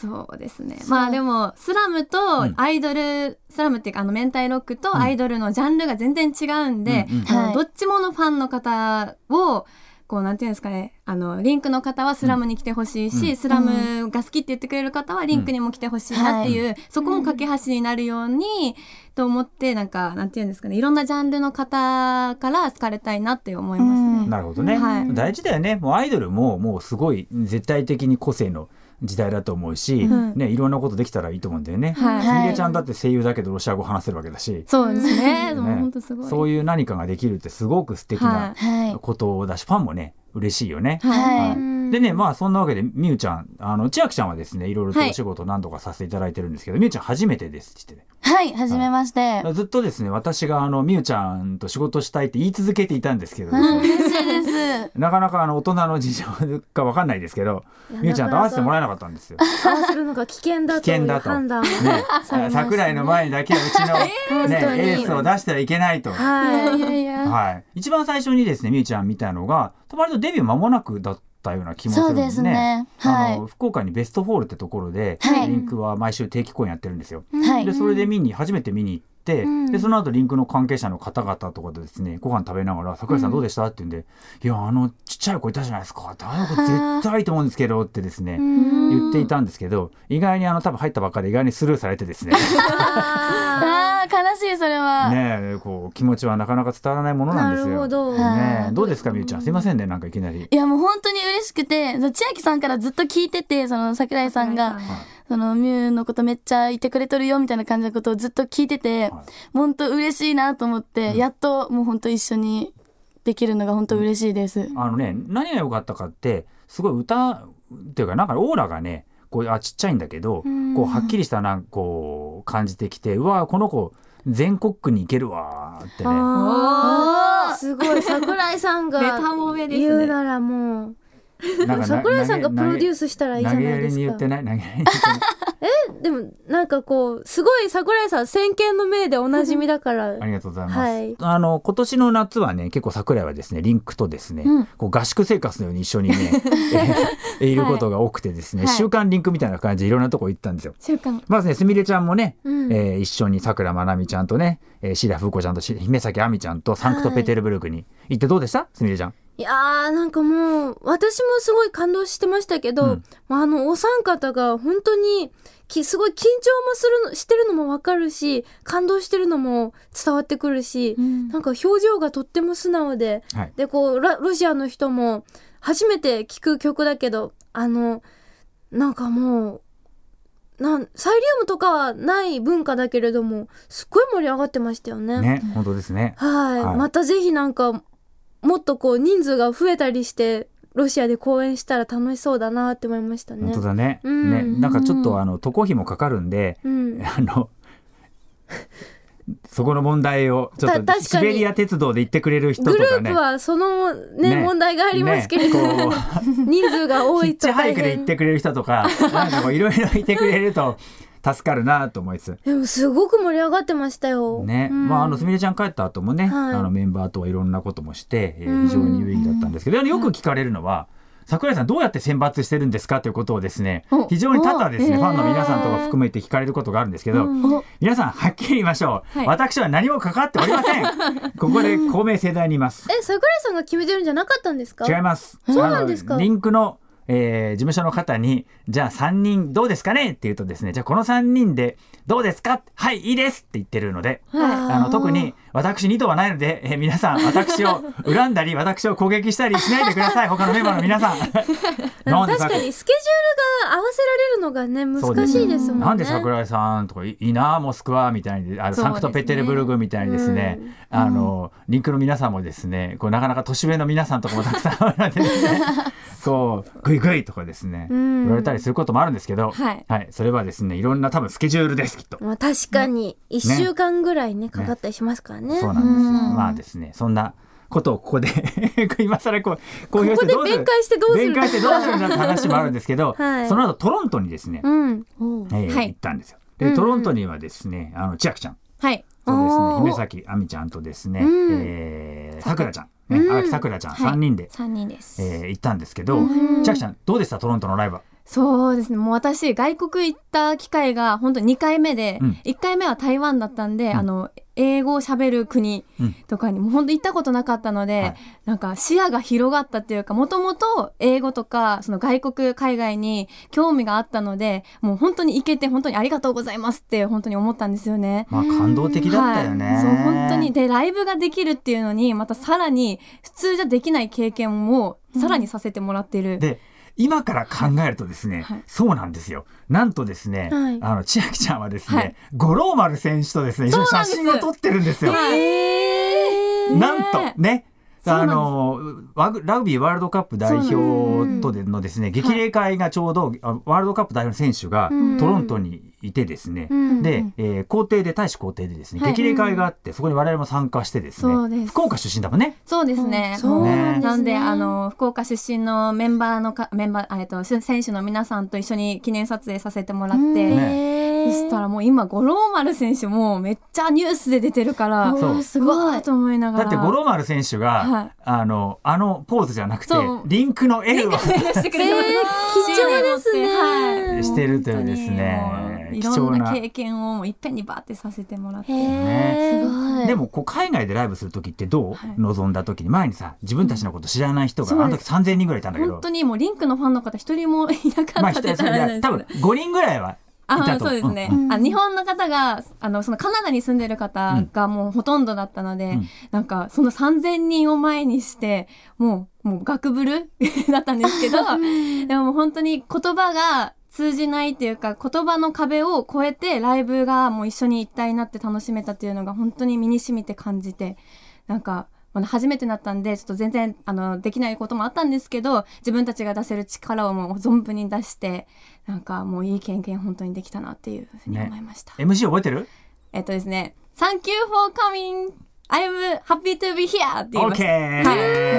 S11: そうですね。まあでも、スラムとアイドル、スラムっていうか、あの、明太ロックとアイドルのジャンルが全然違うんで、
S4: うんうん
S6: うん
S11: あの
S6: はい
S11: どっちものファンの方を、こう、なんていうんですかね、あの、リンクの方はスラムに来てほしいし、スラムが好きって言ってくれる方はリンクにも来てほしいなっていう、そこも架け橋になるように、と思って、なんか、なんていうんですかね、いろんなジャンルの方から好かれたいなって思いますね。
S6: うん
S4: なるほどね、
S11: はい
S4: 大事だよねもうアイドルももうすごい絶対的に個性の時代だと思うし、
S11: うん
S4: ねいろんなことできたらいいと思うんだよね、
S11: はい。
S6: はい
S4: みれちゃんだって声優だけどロシア語話せるわけだし、
S11: そうです
S4: ね
S11: ね。もう本当すごい。
S4: そういう何かができるってすごく素敵な
S11: は
S6: はい。
S4: ことだし、ファンもね嬉しいよね。
S9: はい
S4: はい、でねまあそんなわけでみゆちゃんあの千秋ちゃんはですねいろいろとお仕事何度かさせていただいてるんですけど、みゆちゃん初めてですって言ってね
S9: はい、はじめまして。
S4: ずっとですね私があのみゆちゃんと仕事したいって言い続けていたんですけど、
S9: うん嬉しいです。
S4: なかなかあの大人の事情かわかんないですけどみゆちゃんと会わせてもらえなかったんですよ。
S3: 合わせるのが危険だと
S4: 危
S3: い
S4: 険
S3: う
S4: だと
S3: 判断を
S4: ね
S3: されましたね
S4: 桜井の前にだけはうちの、
S3: 本当に
S4: ね、エースを出してはいけないと。は
S3: はい
S9: いやいや。
S4: い、一番最初にですねみゆちゃん見たのが割とデビュー間もなくだったような気もす
S9: そ
S4: る
S9: うん
S4: で
S9: です
S4: すね。
S9: ね。は
S4: あの福岡にベストホールってところで、
S9: はい
S4: リンクは毎週定期公演やってるんですよ。
S9: い。は
S4: で
S9: い。
S4: それで見に初めて見に行って、でその後リンクの関係者の方々とかとですねご飯食べながら「桜井さんどうでした?」って言うんで「いやあのちっちゃい子いたじゃないですかあの子絶対いいと思うんですけど」ってですね言っていたんですけど意外にあの多分入ったばっかりで意外にスルーされてですね
S9: ああ、悲しい、それは。
S4: ねえこう気持ちはなかなか伝わらないものなんですよ。
S3: なるほど
S4: ねえどうですかみゆちゃんすいませんねなんかいきなり。
S9: いやもう本当に嬉しくて、その千秋さんからずっと聞いてて、その桜井さんが、そのミュウのことめっちゃいてくれとるよみたいな感じのことをずっと聞いて
S4: は
S9: て、
S4: い
S9: 本当嬉しいなと思って、やっともう本当一緒にできるのが本当嬉しいです。
S4: あのね何が良かったかってすごい歌っていうかなんかオーラがねこうあちっちゃいんだけどこうはっきりしたなんかこう感じてきてうわこの子全国区に行けるわーってね
S3: あーすごい桜井さん が
S6: ベタもめですね
S3: 言うならもう
S4: なんかな
S3: 桜井さんがプロデュー
S4: ス
S3: スしたらいいじゃ
S4: 投
S3: な
S4: げ
S3: い
S4: や
S3: で
S4: りに言
S3: す
S4: って
S3: か
S4: ない投げやりに言ってない
S3: でもなんかこうすごい桜井さん先見の明でおなじみだから
S4: ありがとうございます、
S3: はい
S4: あの今年の夏はね結構桜井はですねリンクとですね、
S9: うん
S4: こう合宿生活のように一緒にね、えーいることが多くてですね、
S9: はい
S4: 週刊リンクみたいな感じでいろんなとこ行ったんですよ
S9: 週間。
S4: まずねすみれちゃんもね、
S3: うん
S4: えー一緒にさくらまなみちゃんとね、えー、シーラ・フーコちゃんとし姫崎あみちゃんとサンクトペテルブルクに行ってどうでしたすみれちゃん。
S3: いやーなんかもう私もすごい感動してましたけど、
S4: うん
S3: まあ、あのお三方が本当にきすごい緊張もするのしてるのもわかるし感動してるのも伝わってくるし、なんか表情がとっても素直で、
S4: はい
S3: でこうラロシアの人も初めて聴く曲だけどあのなんかもうなんサイリウムとかはない文化だけれどもすっごい盛り上がってましたよ
S4: ね本当ですね。
S3: はい、
S4: はい
S3: またぜひなんかもっとこう人数が増えたりしてロシアで公演したら楽しそうだなって思いましたね。
S4: 本当だね。
S3: うん
S4: ねなんかちょっとあの渡航費もかかるんで、
S3: うん、
S4: あのそこの問題をちょ
S3: た
S4: っ
S3: 確
S4: と
S3: かに
S4: シベリア鉄道で行ってくれる人と
S3: グル
S4: か
S3: ー
S4: ね
S3: プ。はそのね
S4: ね
S3: 問題がありますけ れども、
S4: ねこ
S3: 人数が
S4: う
S3: 多
S4: ヒ
S3: い
S4: ッチ
S3: と
S4: ハイ
S3: 大
S4: クで行っ
S3: 変
S4: てくれる人とかなんかこういろいろいてくれると助かるなと思いつつ。
S3: でもすごく盛り上がってましたよ。
S4: ね、
S3: うん
S4: まああのすみれちゃん帰った後もね、
S3: はい
S4: あのメンバーとはいろんなこともして、えー
S3: うん
S4: 非常に有意義だったんですけど、よく聞かれるのは。桜井さんどうやって選抜してるんですかということをですね
S9: お
S4: 非常に多々ですね
S9: お
S4: ファンの皆さんとか
S9: へー
S4: 含めて聞かれることがあるんですけど、
S9: お
S4: 皆さんはっきり言いましょう、私は何も関わっておりませんここで公明正大にいます
S3: え桜井さんが決めてるんじゃなかったんですか？
S4: 違います
S3: そうなんですか
S4: あのリンクの、えー事務所の方にじゃあ3人どうですかねって言うとですねじゃあこの3人でどうですかはいいいですって言ってるので
S3: は
S4: あの特に私2頭はないので、えー皆さん私を恨んだり私を攻撃したりしないでください他のメンバーの 皆さん。なんで
S3: 確
S4: さ
S3: かにスケジュールが合わせられるのがね
S4: そう
S3: 難しいですもんね。
S4: なんで桜井さんとかいいいなモスクワみたいにあの
S9: そうですね
S4: サンクトペテルブルクみたいにですねあのリンクの皆さんもですねこうなかなか年上の皆さんとかもたくさんあるのでですねそうグイグイとかですね
S3: ん
S4: 言われたりすることもあるんですけど、
S9: はい
S4: それはですねいろんな多分スケジュールですきっと。
S3: まあ確かに一週間ぐらいねかかったりしますからね。
S4: そうなんですよ。まあですね、そんなことをここで 今更こう公表してど
S3: ここ
S4: うする
S3: で弁解してどうする
S4: 弁解してどうするなんて話もあるんですけど、
S3: はい
S4: その後トロントにですね、
S3: うん。
S4: えー
S9: はい
S4: 行ったんですよ。でトロントにはですね、あの千秋ちゃん、
S9: はい。
S4: そうですね
S3: おー
S4: 姫崎亜美ちゃんとですね、
S3: うん
S4: えーさくらちゃん、ね荒木さくらちゃん
S9: はい
S4: 三人で、
S9: 三人です。
S4: えー行ったんですけど、千秋ちゃんどうでしたトロントのライブは？
S11: そうですね。もう私、外国行った機会が本当に2回目で、
S4: うん
S11: 1回目は台湾だったんで、あの、英語を喋る国
S4: うん
S11: とかにもう本当行ったことなかったので、
S4: はい
S11: なんか視野が広がったっていうか、もともと英語とか、その外国、海外に興味があったので、もう本当に行けて本当にありがとうございますって本当に思ったんですよね。
S4: まあ感動的だったよね。
S11: はい、そう本当にでライブができるっていうのにまたさらに普通じゃできない経験をさらにさせてもらっている、
S4: で今から考えるとですね、
S11: はい
S4: そうなんですよなんとですね、
S3: はい
S4: あの千秋ちゃんはですね、
S11: はい
S4: 五郎丸選手とですね一緒に写真を撮ってるんですよ。
S11: はい
S4: なんとねあのワグラグビーワールドカップ代表とでのですね激励会がちょうどあワールドカップ代表の選手がトロントにいてですねでえー校庭で大使校庭でですね
S11: はい
S4: 激励会があってそこに我々も参加してです
S11: そうで
S4: ね
S11: す
S4: 福岡出身だもんね
S11: そうですね。
S4: うなんですね
S11: なんで、あの、福岡出身のメンバーのか、メンバー、あえっと、選手の皆さんと一緒に記念撮影させてもらって、
S4: ね
S11: そしたらもう今、五郎丸選手もめっちゃニュースで出てるから、
S4: そう
S11: すごいと思いなが
S4: だ
S11: ら。
S4: って五郎丸選手が、
S11: はい
S4: あのあのポーズじゃなくて
S11: そう
S4: リンクの L を
S11: してくれた
S3: 貴重ですね。
S11: は
S4: してるというです
S11: 本
S4: ね
S11: 当にもうい
S4: 貴
S11: ろ
S4: 重
S11: んな
S4: な。
S11: 経験をもういっぺんにバーってさせてもらって。
S4: ね
S11: ご
S4: でもこう海外でライブする時ってどう、
S11: はい
S4: 望んだ時に前にさ自分たちのこと知らない人が、
S11: そう
S4: あ
S11: で
S4: の時3,000人ぐらいいたんだけ
S11: 本
S4: ど
S11: 当にもうリンクのファンの方一人もいなか
S4: まあ
S11: った
S4: 人
S11: って
S4: そ
S11: 言
S4: れ
S11: ったらあれ
S4: で
S11: な
S4: 多
S11: ん
S4: 分
S11: ですけど
S4: 5人ぐらいは
S11: あ
S4: いたと
S11: そうですね、
S4: うん
S11: あ日本の方があのそのカナダに住んでる方がもうほとんどだったので、
S4: うん
S11: なんかその3,000人を前にしてもうもうガクブル だったんですけどでももう本当に言葉が通じないっていうか言葉の壁を越えてライブがもう一緒に一体になって楽しめたっていうのが本当に身に染みて感じてなんかあの初めてだったんでちょっと全然あのできないこともあったんですけど自分たちが出せる力をもう存分に出してなんかもういい経験本当にできたなっていうふうに思いました。
S4: MC 覚えてる
S11: えっとですね「Thank you for coming I'm happy to be here」って言いました。
S4: ?OK!
S11: で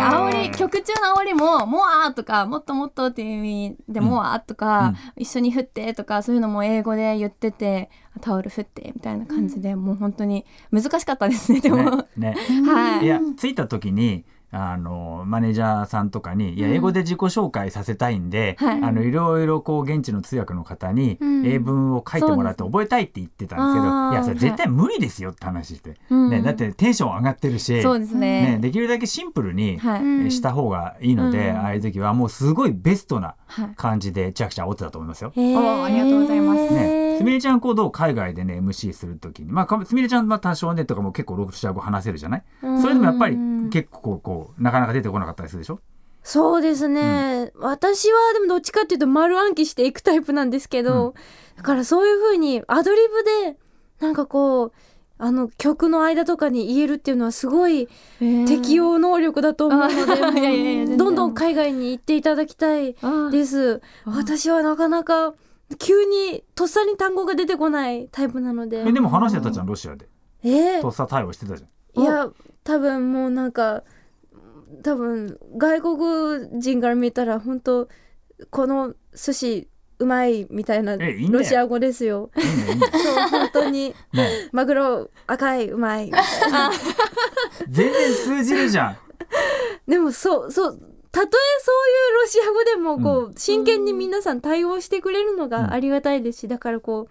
S11: 煽り曲中の煽りも「もあ」とか「もっともっと」っていう意味で「もあ」とか、一緒に振って」とかそういうのも英語で言ってて「タオル振って」みたいな感じで、もう本当に難しかったですねでも。
S4: ねね
S11: はい
S4: いや着いた時にあのマネージャーさんとかに「いや英語で自己紹介させたいんで、
S11: はい
S4: あのいろいろこう現地の通訳の方に英文を書いてもらって覚えたいって言ってたんですけど
S11: あー
S4: いやそれ絶対無理ですよ」って話して、
S11: うん
S4: ね、だってテンション上がってるし、
S11: そうですね
S4: ね、できるだけシンプルに
S11: はい、
S4: した方がいいので、
S11: うん
S4: ああいう時はもうすごいベストな
S11: はい
S4: 感じでちゃくちゃ煽ってたと思いますよ。
S11: おーありがとうございます。
S4: ね、すみれちゃんこうどう海外でね MC するときにまあかすみれちゃんは多少ねとかも結構6社後話せるじゃないそれでもやっぱり結構こうなかなか出てこなかったりするでしょ
S3: そうですね、私はでもどっちかっていうと丸暗記していくタイプなんですけど、だからそういう風にアドリブでなんかこうあの曲の間とかに言えるっていうのはすごい適応能力だと思うので、 もうどんどん海外に行っていただきたいです私はなかなか急にとっさに単語が出てこないタイプなので
S4: えでも話してたじゃんロシアで
S3: えー
S4: とっさ対応してたじゃん
S3: いや多分もうなんか多分外国人から見たら本当この寿司うまいみたいな
S4: えいいんだよ
S3: ロシア語ですよ。
S4: いいねいいね
S3: そう本当に
S4: ね
S3: マグロ赤いうまい。
S4: 全然通じるじゃん
S3: でもそうそうたとえそういうロシア語でもこう、真剣に皆さん対応してくれるのがありがたいですし、だからこう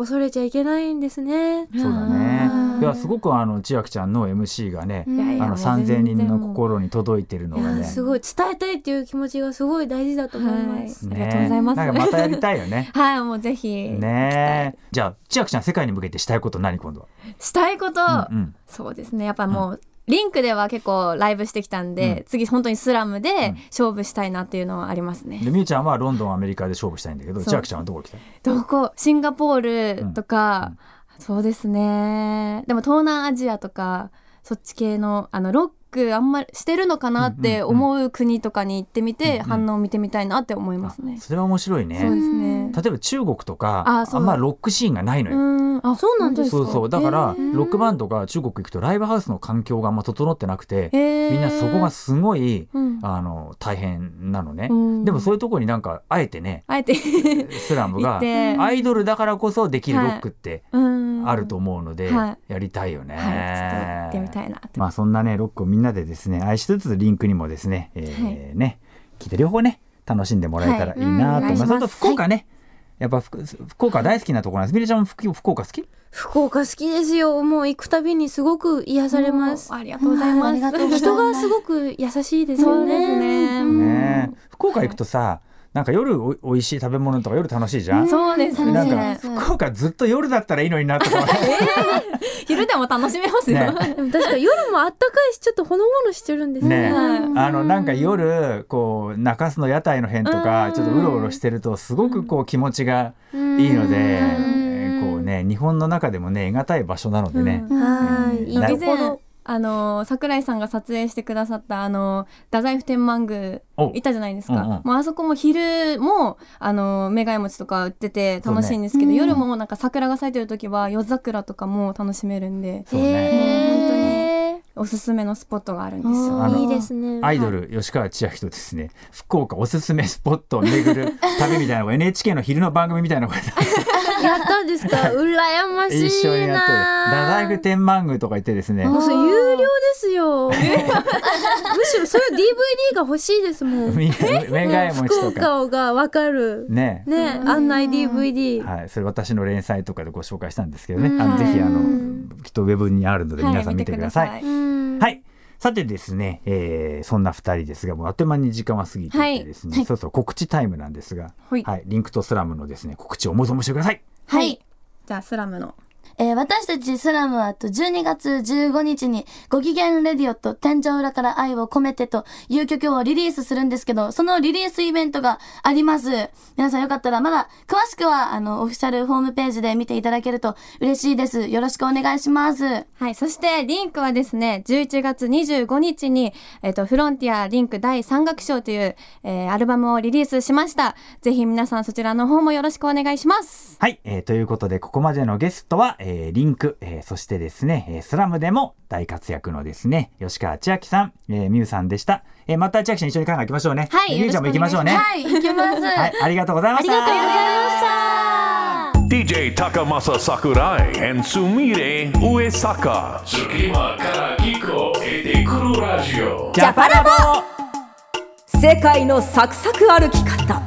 S3: 恐れちゃいけないんですね。
S4: そうだねいやすごくあの千秋ちゃんの MC がね、
S11: いやいや
S4: あの
S11: 全
S4: 3,000
S11: 然
S4: 人の心に届いてるのがね
S3: すごい伝えたいっていう気持ちがすごい大事だと思い
S11: は
S3: ます。
S11: い、あ
S4: ね
S11: りがとうございます。
S4: なんかまたやりたいよね
S11: はい、もうぜひ。
S4: ねじゃあ千秋ちゃん世界に向けてしたいこと何今度
S11: したいこと、
S4: は、うんうん
S11: そうですね。やっぱもう、リンクでは結構ライブしてきたんで、次本当にスラムで勝負したいなっていうのはありますね。
S4: でみゆちゃんはロンドンアメリカで勝負したいんだけど
S11: そう
S4: 千秋ちゃんはどこ行きたい
S11: どこシンガポールとか、そうですね。でも東南アジアとか、そっち系の、あの、ロックあんまりしてるのかなって思う国とかに行ってみて、反応を見てみたいなって思いますね。
S4: それは面白いね
S11: そうですね。
S4: 例えば中国とか
S11: あ
S4: あ
S11: そうん
S4: まロックシーンがないの
S11: う
S4: よ。
S11: ん、あ、そうなんですか。
S4: そうそうだからロックバンドが中国行くとライブハウスの環境があんま整ってなくて
S11: へー
S4: みんなそこがすごい
S11: うん
S4: あの大変なのね
S11: うん
S4: でもそういうとこになんかあえてね
S11: あえて
S4: スラム
S11: 行
S4: が
S11: って、
S4: アイドルだからこそできるロックって
S11: うん
S4: あると思うので
S11: は
S4: やりたいよね。
S11: はい、ちょっと行ってみたいなって。
S4: まあそんなねロックをみんなでですね愛しつつリンクにもですね、えーね聞いて両方ね楽しんでもらえたらいいなと思います。
S11: はいうんお願いします
S4: あと福岡ね、やっぱ福福岡大好きなところなんです。みれちゃんも福福岡好き？
S3: 福岡好きですよもう行くたびにすごく癒されます
S11: もうありがとうございます。
S9: ありがとうございます
S3: 人がすごく優しいです
S11: そ
S3: よ
S11: うです
S3: ね
S11: ね。
S4: ねえ、福岡行くとさ、なんか夜おおいしい食べ物とか夜楽しいじゃん。
S11: そうです
S4: な
S11: ね
S4: んか。福岡ずっと夜だったらいいのになとか、
S11: 昼でも楽しめますよ。
S4: ね
S3: でも確かに夜もあったかいしちょっとほのぼのしてるんですね
S4: ね
S11: はい
S4: あのなんか夜こう中洲の屋台の辺とか
S11: うん
S4: ちょっとうろうろしてるとすごくこう気持ちがいいので、えーこうね日本の中でもね得難い場所なのでね、
S3: は
S4: うん
S3: いいいとこ
S11: 以前
S3: ろ
S11: あの桜井さんが撮影してくださったあの太宰府天満宮
S4: お
S11: いたじゃないですか、
S4: うんうん
S11: もうあそこも昼もあのメガイモチとか売ってて楽しいんですけど、夜もなんか桜が咲いてる時は夜桜とかも楽しめるんで
S4: そうね。
S11: 本当におすすめのスポットがあるんですよ。
S4: あの
S3: いいですね。
S4: アイドル吉川千明とですね福岡おすすめスポットを巡 る旅みたいなのが NHK の昼の番組みたいなのが
S7: やったんです か羨ましいな
S4: 一緒になってる太宰府天満宮とか行ってですね
S7: もうそれ有料です よむしろそういう DVD が欲しいですもん
S4: みめがい餅
S7: 福
S4: とか
S7: 岡がわかる
S4: ね
S7: ね案内 DVD
S4: はい、それ私の連載とかでご紹介したんですけどね、あのぜひあのきっとウェブにあるので皆さん見てください。
S11: は
S4: はいい、
S11: 見てく
S4: さてですね、えーそんな二人ですがもうあっという間に時間は過ぎていてですね、そうそう告知タイムなんですが、
S11: はい
S4: リンクとスラムのですね告知を思いともしてください。
S11: はい、
S9: はい
S11: じゃあスラムの
S9: えー私たちスラムはと12月15日にご機嫌レディオと天井裏から愛を込めてという曲をリリースするんですけど、そのリリースイベントがあります。皆さんよかったらまだ詳しくはあのオフィシャルホームページで見ていただけると嬉しいです。よろしくお願いします。
S11: はい。そして、リンクはですね、11月25日に、えっ、と、フロンティアリンク第3楽章という、えーアルバムをリリースしました。ぜひ皆さんそちらの方もよろしくお願いします。
S4: はい、えーということでここまでのゲストは、えーリンク、えーそしてですね、えースラムでも大活躍のですね吉川千秋さん、えー、ミュウさんでした、えーまた千秋さん一緒に考え行きましょうね
S11: はい
S4: えーミュウちゃんも行きましょうね は
S9: はい、行きます。
S4: い、ありがとうございました
S2: DJ Takamasa Sakurai and Sumire Uesaka.
S1: Tsukima Karagiko et des Crew Radio.
S4: ジャパラボ
S12: 世界のサクサク歩き方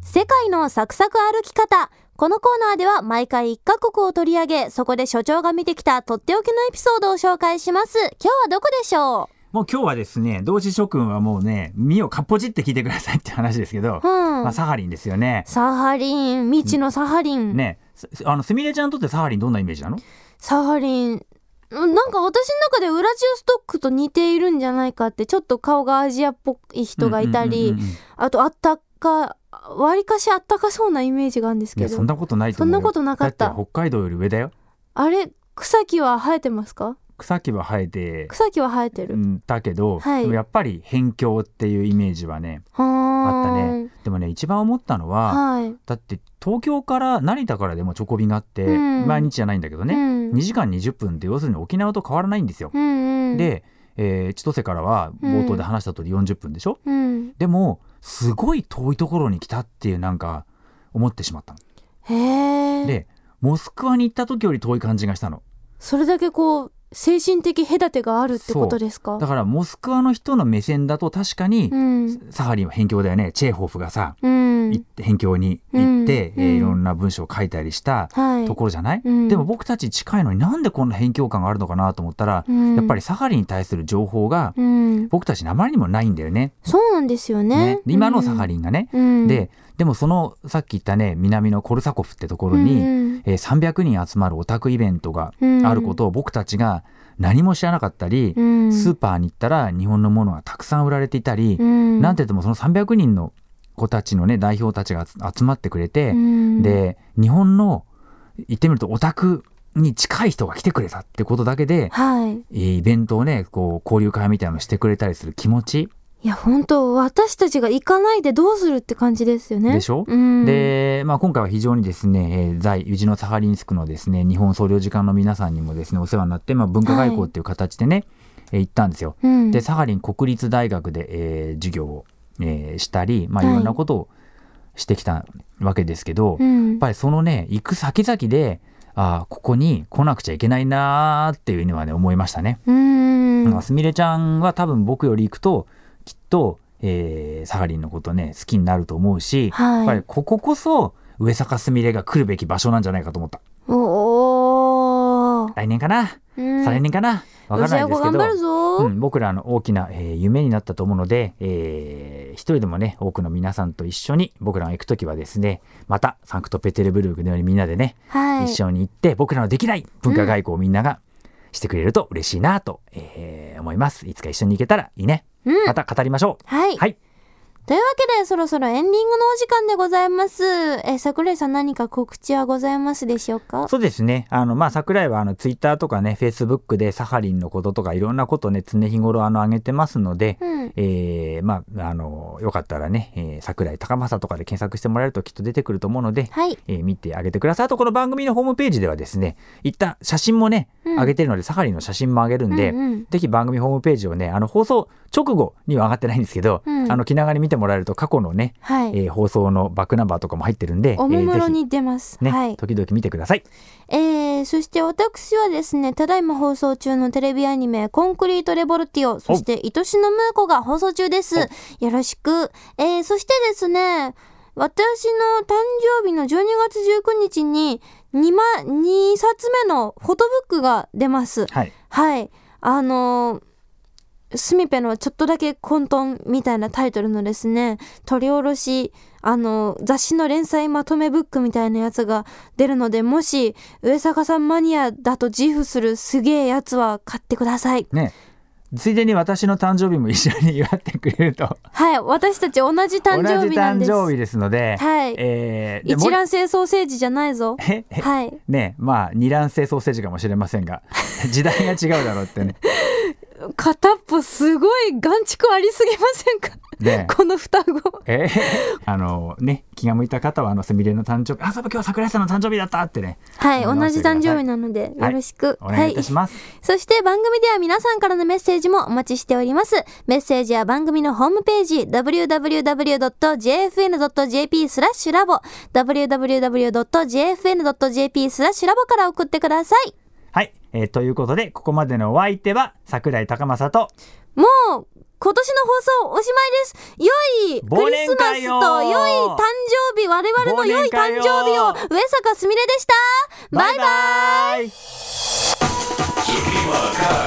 S3: 世界のサクサク歩き方このコーナーでは毎回1カ国を取り上げそこで所長が見てきたとっておきのエピソードを紹介します今日はどこでしょ
S4: もう今日はですね同志諸君はもうね身をかっぽじって聞いてくださいって話ですけど、
S3: う、
S4: ま
S3: う
S4: あ、
S3: ん、
S4: サハリンですよね
S3: サハリン未知のサハリン、
S4: ねすあのすみれちゃんにとってサハリンどんなイメージなの
S3: サハリンうんなんか私の中でウラジオストックと似ているんじゃないかってちょっと顔がアジアっぽい人がいたり、
S4: うんうんうんうん
S3: あとあったかわりかしあったかそうなイメージがあるんです
S4: い
S3: け
S4: や
S3: ど
S4: そんなことないと思うよ
S3: そんなことなかった
S4: だって北海道より上だよ
S3: あれ草木は生えてますか
S4: 草木は生えて
S3: 草木は生えて
S4: う
S3: る、
S4: んだけど、
S3: はい
S4: でもやっぱり辺境っていうイメージはねあった
S3: はーい
S4: ねでもね一番思ったのは、
S3: はい、
S4: だって東京から成田からでもチョコ便があって、
S3: うん
S4: 毎日じゃないんだけど
S3: う
S4: ね、
S3: ん
S4: 2時間20分って要するに沖縄と変わらないんですよ。
S3: うんうん、
S4: で、えー千歳からは冒頭で話した通り40分でしょ、
S3: うん、
S4: でもすごい遠いところに来たっていうなんか思ってしまったの。
S3: へえ
S4: でモスクワに行った時より遠い感じがしたの。
S3: それだけこう精神的隔てがあるってことですか
S4: だからモスクワの人の目線だと確かに、
S3: うん
S4: サハリンは辺境だよねチェーホフがさ、
S3: うん
S4: い辺境に行って、
S3: うんう
S4: えー
S3: ん
S4: いろんな文章を書いたりした
S3: はい
S4: ところじゃない、
S3: うん
S4: でも僕たち近いのになんでこんな辺境感があるのかなと思ったら、
S3: うん
S4: やっぱりサハリンに対する情報が
S3: うん
S4: 僕たちにあまりにもないんだよね。
S3: そうなんですよね
S4: ね今のサハリンがね。
S3: ン
S4: ででもそのさっき言ったね南のコルサコフってところに、
S3: うん
S4: えー300人集まるオタクイベントが
S3: うん
S4: あることを僕たちが何も知らなかったり、
S3: うん
S4: スーパーに行ったら日本のものがたくさん売られていたり、
S3: うん
S4: なんて言ってもその300人の子たちのね代表たちが集集まってくれて
S3: う、ん
S4: で日本の言ってみるとオタクに近い人が来てくれたってことだけで、
S3: はい
S4: えーイベントをねこう交流会みたいなのしてくれたりする気持ち
S3: いや本当私たちが行かないでどうするって感じですよね
S4: でしょ、
S3: うん、
S4: で、まあ、今回は非常にですね、えー在、ユジノサハリンスクのですね、日本総領事館の皆さんにもですね、お世話になって、まあ、文化外交っていう形でね、えー行ったんですよ。
S3: うん、
S4: で、サハリン国立大学で、えー授業を、えーしたり、まあ、い
S3: はい
S4: ろんなことをしてきたわけですけど、
S3: う
S4: や
S3: ん
S4: っぱりそのね、行く先々で、ああ、ここに来なくちゃいけないなーっていうのはね、思いましたね。
S3: うん
S4: まあすみれちゃんは多分僕より行くと、きっと、えーサハリンのことね、好きになると思うし、やっぱ
S3: は
S4: り
S3: い
S4: こここそ上坂すみれが来るべき場所なんじゃないかと思った
S3: おお
S4: 来年かな、
S3: うん
S4: 再来年かなわからないですけ
S3: ロシア語頑張る
S4: ど、
S3: ぞ、
S4: うん、僕らの大きな、えー夢になったと思うので、えー一人でもね多くの皆さんと一緒に僕らが行く時はですねまたサンクトペテルブルクのようにみんなでね、
S3: はい
S4: 一緒に行って僕らのできない文化外交をみんながしてくれると嬉しいなと、えー思いますいつか一緒に行けたらいいね、また語りましょう
S3: はい。
S4: はい
S3: というわけで、そろそろエンディングのお時間でございます。え、桜井さん何か告知はございますでしょうか
S4: そうですね。あの、まあ、桜井は、あの、ツイッターとかね、フェイスブックでサハリンのこととか、いろんなことね、常日頃、あの、上げてますので、
S3: うん
S4: えーまあ、あの、よかったらね、えー桜井高政とかで検索してもらえるときっと出てくると思うので、
S3: はい。
S4: えー見てあげてください。あと、この番組のホームページではですね、一旦写真もね、
S3: うん
S4: 上げてるので、サハリンの写真も上げるんで、
S3: うんうん
S4: ぜひ番組ホームページをね、あの、放送直後には上がってないんですけど、
S3: うん
S4: あの、気長に見てもらえると、過去のね、
S3: はい。
S4: えー放送のバックナンバーとかも入ってるんで、
S3: おもむ
S4: え
S3: ろ
S4: ーぜひ
S3: に出ます。
S4: ね、
S3: はい。
S4: 時々見てください。
S3: えー、そして私はですね、ただいま放送中のテレビアニメ、コンクリートレボルティオ、そして、愛しのムーコが放送中です。よろしく。えー、そしてですね、私の誕生日の12月19日に、2ま、2冊目のフォトブックが出ます。
S4: はい。
S3: はい。あのースミペのちょっとだけ混沌みたいなタイトルのですね、取り下ろし、あのー雑誌の連載まとめブックみたいなやつが出るので、もし、上坂さんマニアだと自負するすげえやつは買ってください。
S4: ね。ついでに私の誕生日も一緒に祝ってくれると
S3: はい、私たち同じ
S4: 同
S3: 誕
S4: じ
S3: 生日なん
S4: 誕
S3: です。
S4: 生日ですので、
S3: はい
S4: えーでも
S3: 一卵性ソーセージじゃないぞ。
S4: ええ
S3: はい。
S4: ねまあ二卵性ソーセージかもしれません が時代が違うだろうってね
S3: 片っぽすごい眼畜ありすぎませんか、
S4: ね
S3: この双子。
S4: え ーあのね気が向いた方はあのすみれの誕生日あそういえば今日は桜井さんの誕生日だったってね
S3: はい、同
S4: 思います
S3: じ誕生日なので、よろしく。
S4: お願いいたします、
S3: そして番組では皆さんからのメッセージもお待ちしております。メッセージは番組のホームページ www.jfn.jp スラッシュラボ www.jfn.jp スラッシュラボから送ってください。
S4: はい、えーということでここまでのお相手は桜井高政と
S3: もう今年の放送おしまいです。良いクリスマスと
S4: 忘年会よ
S3: 良い誕生日我々の良い誕生日を
S4: 忘年
S3: 上坂すみれでした。バイバイ
S4: バイバイ
S1: 次はカ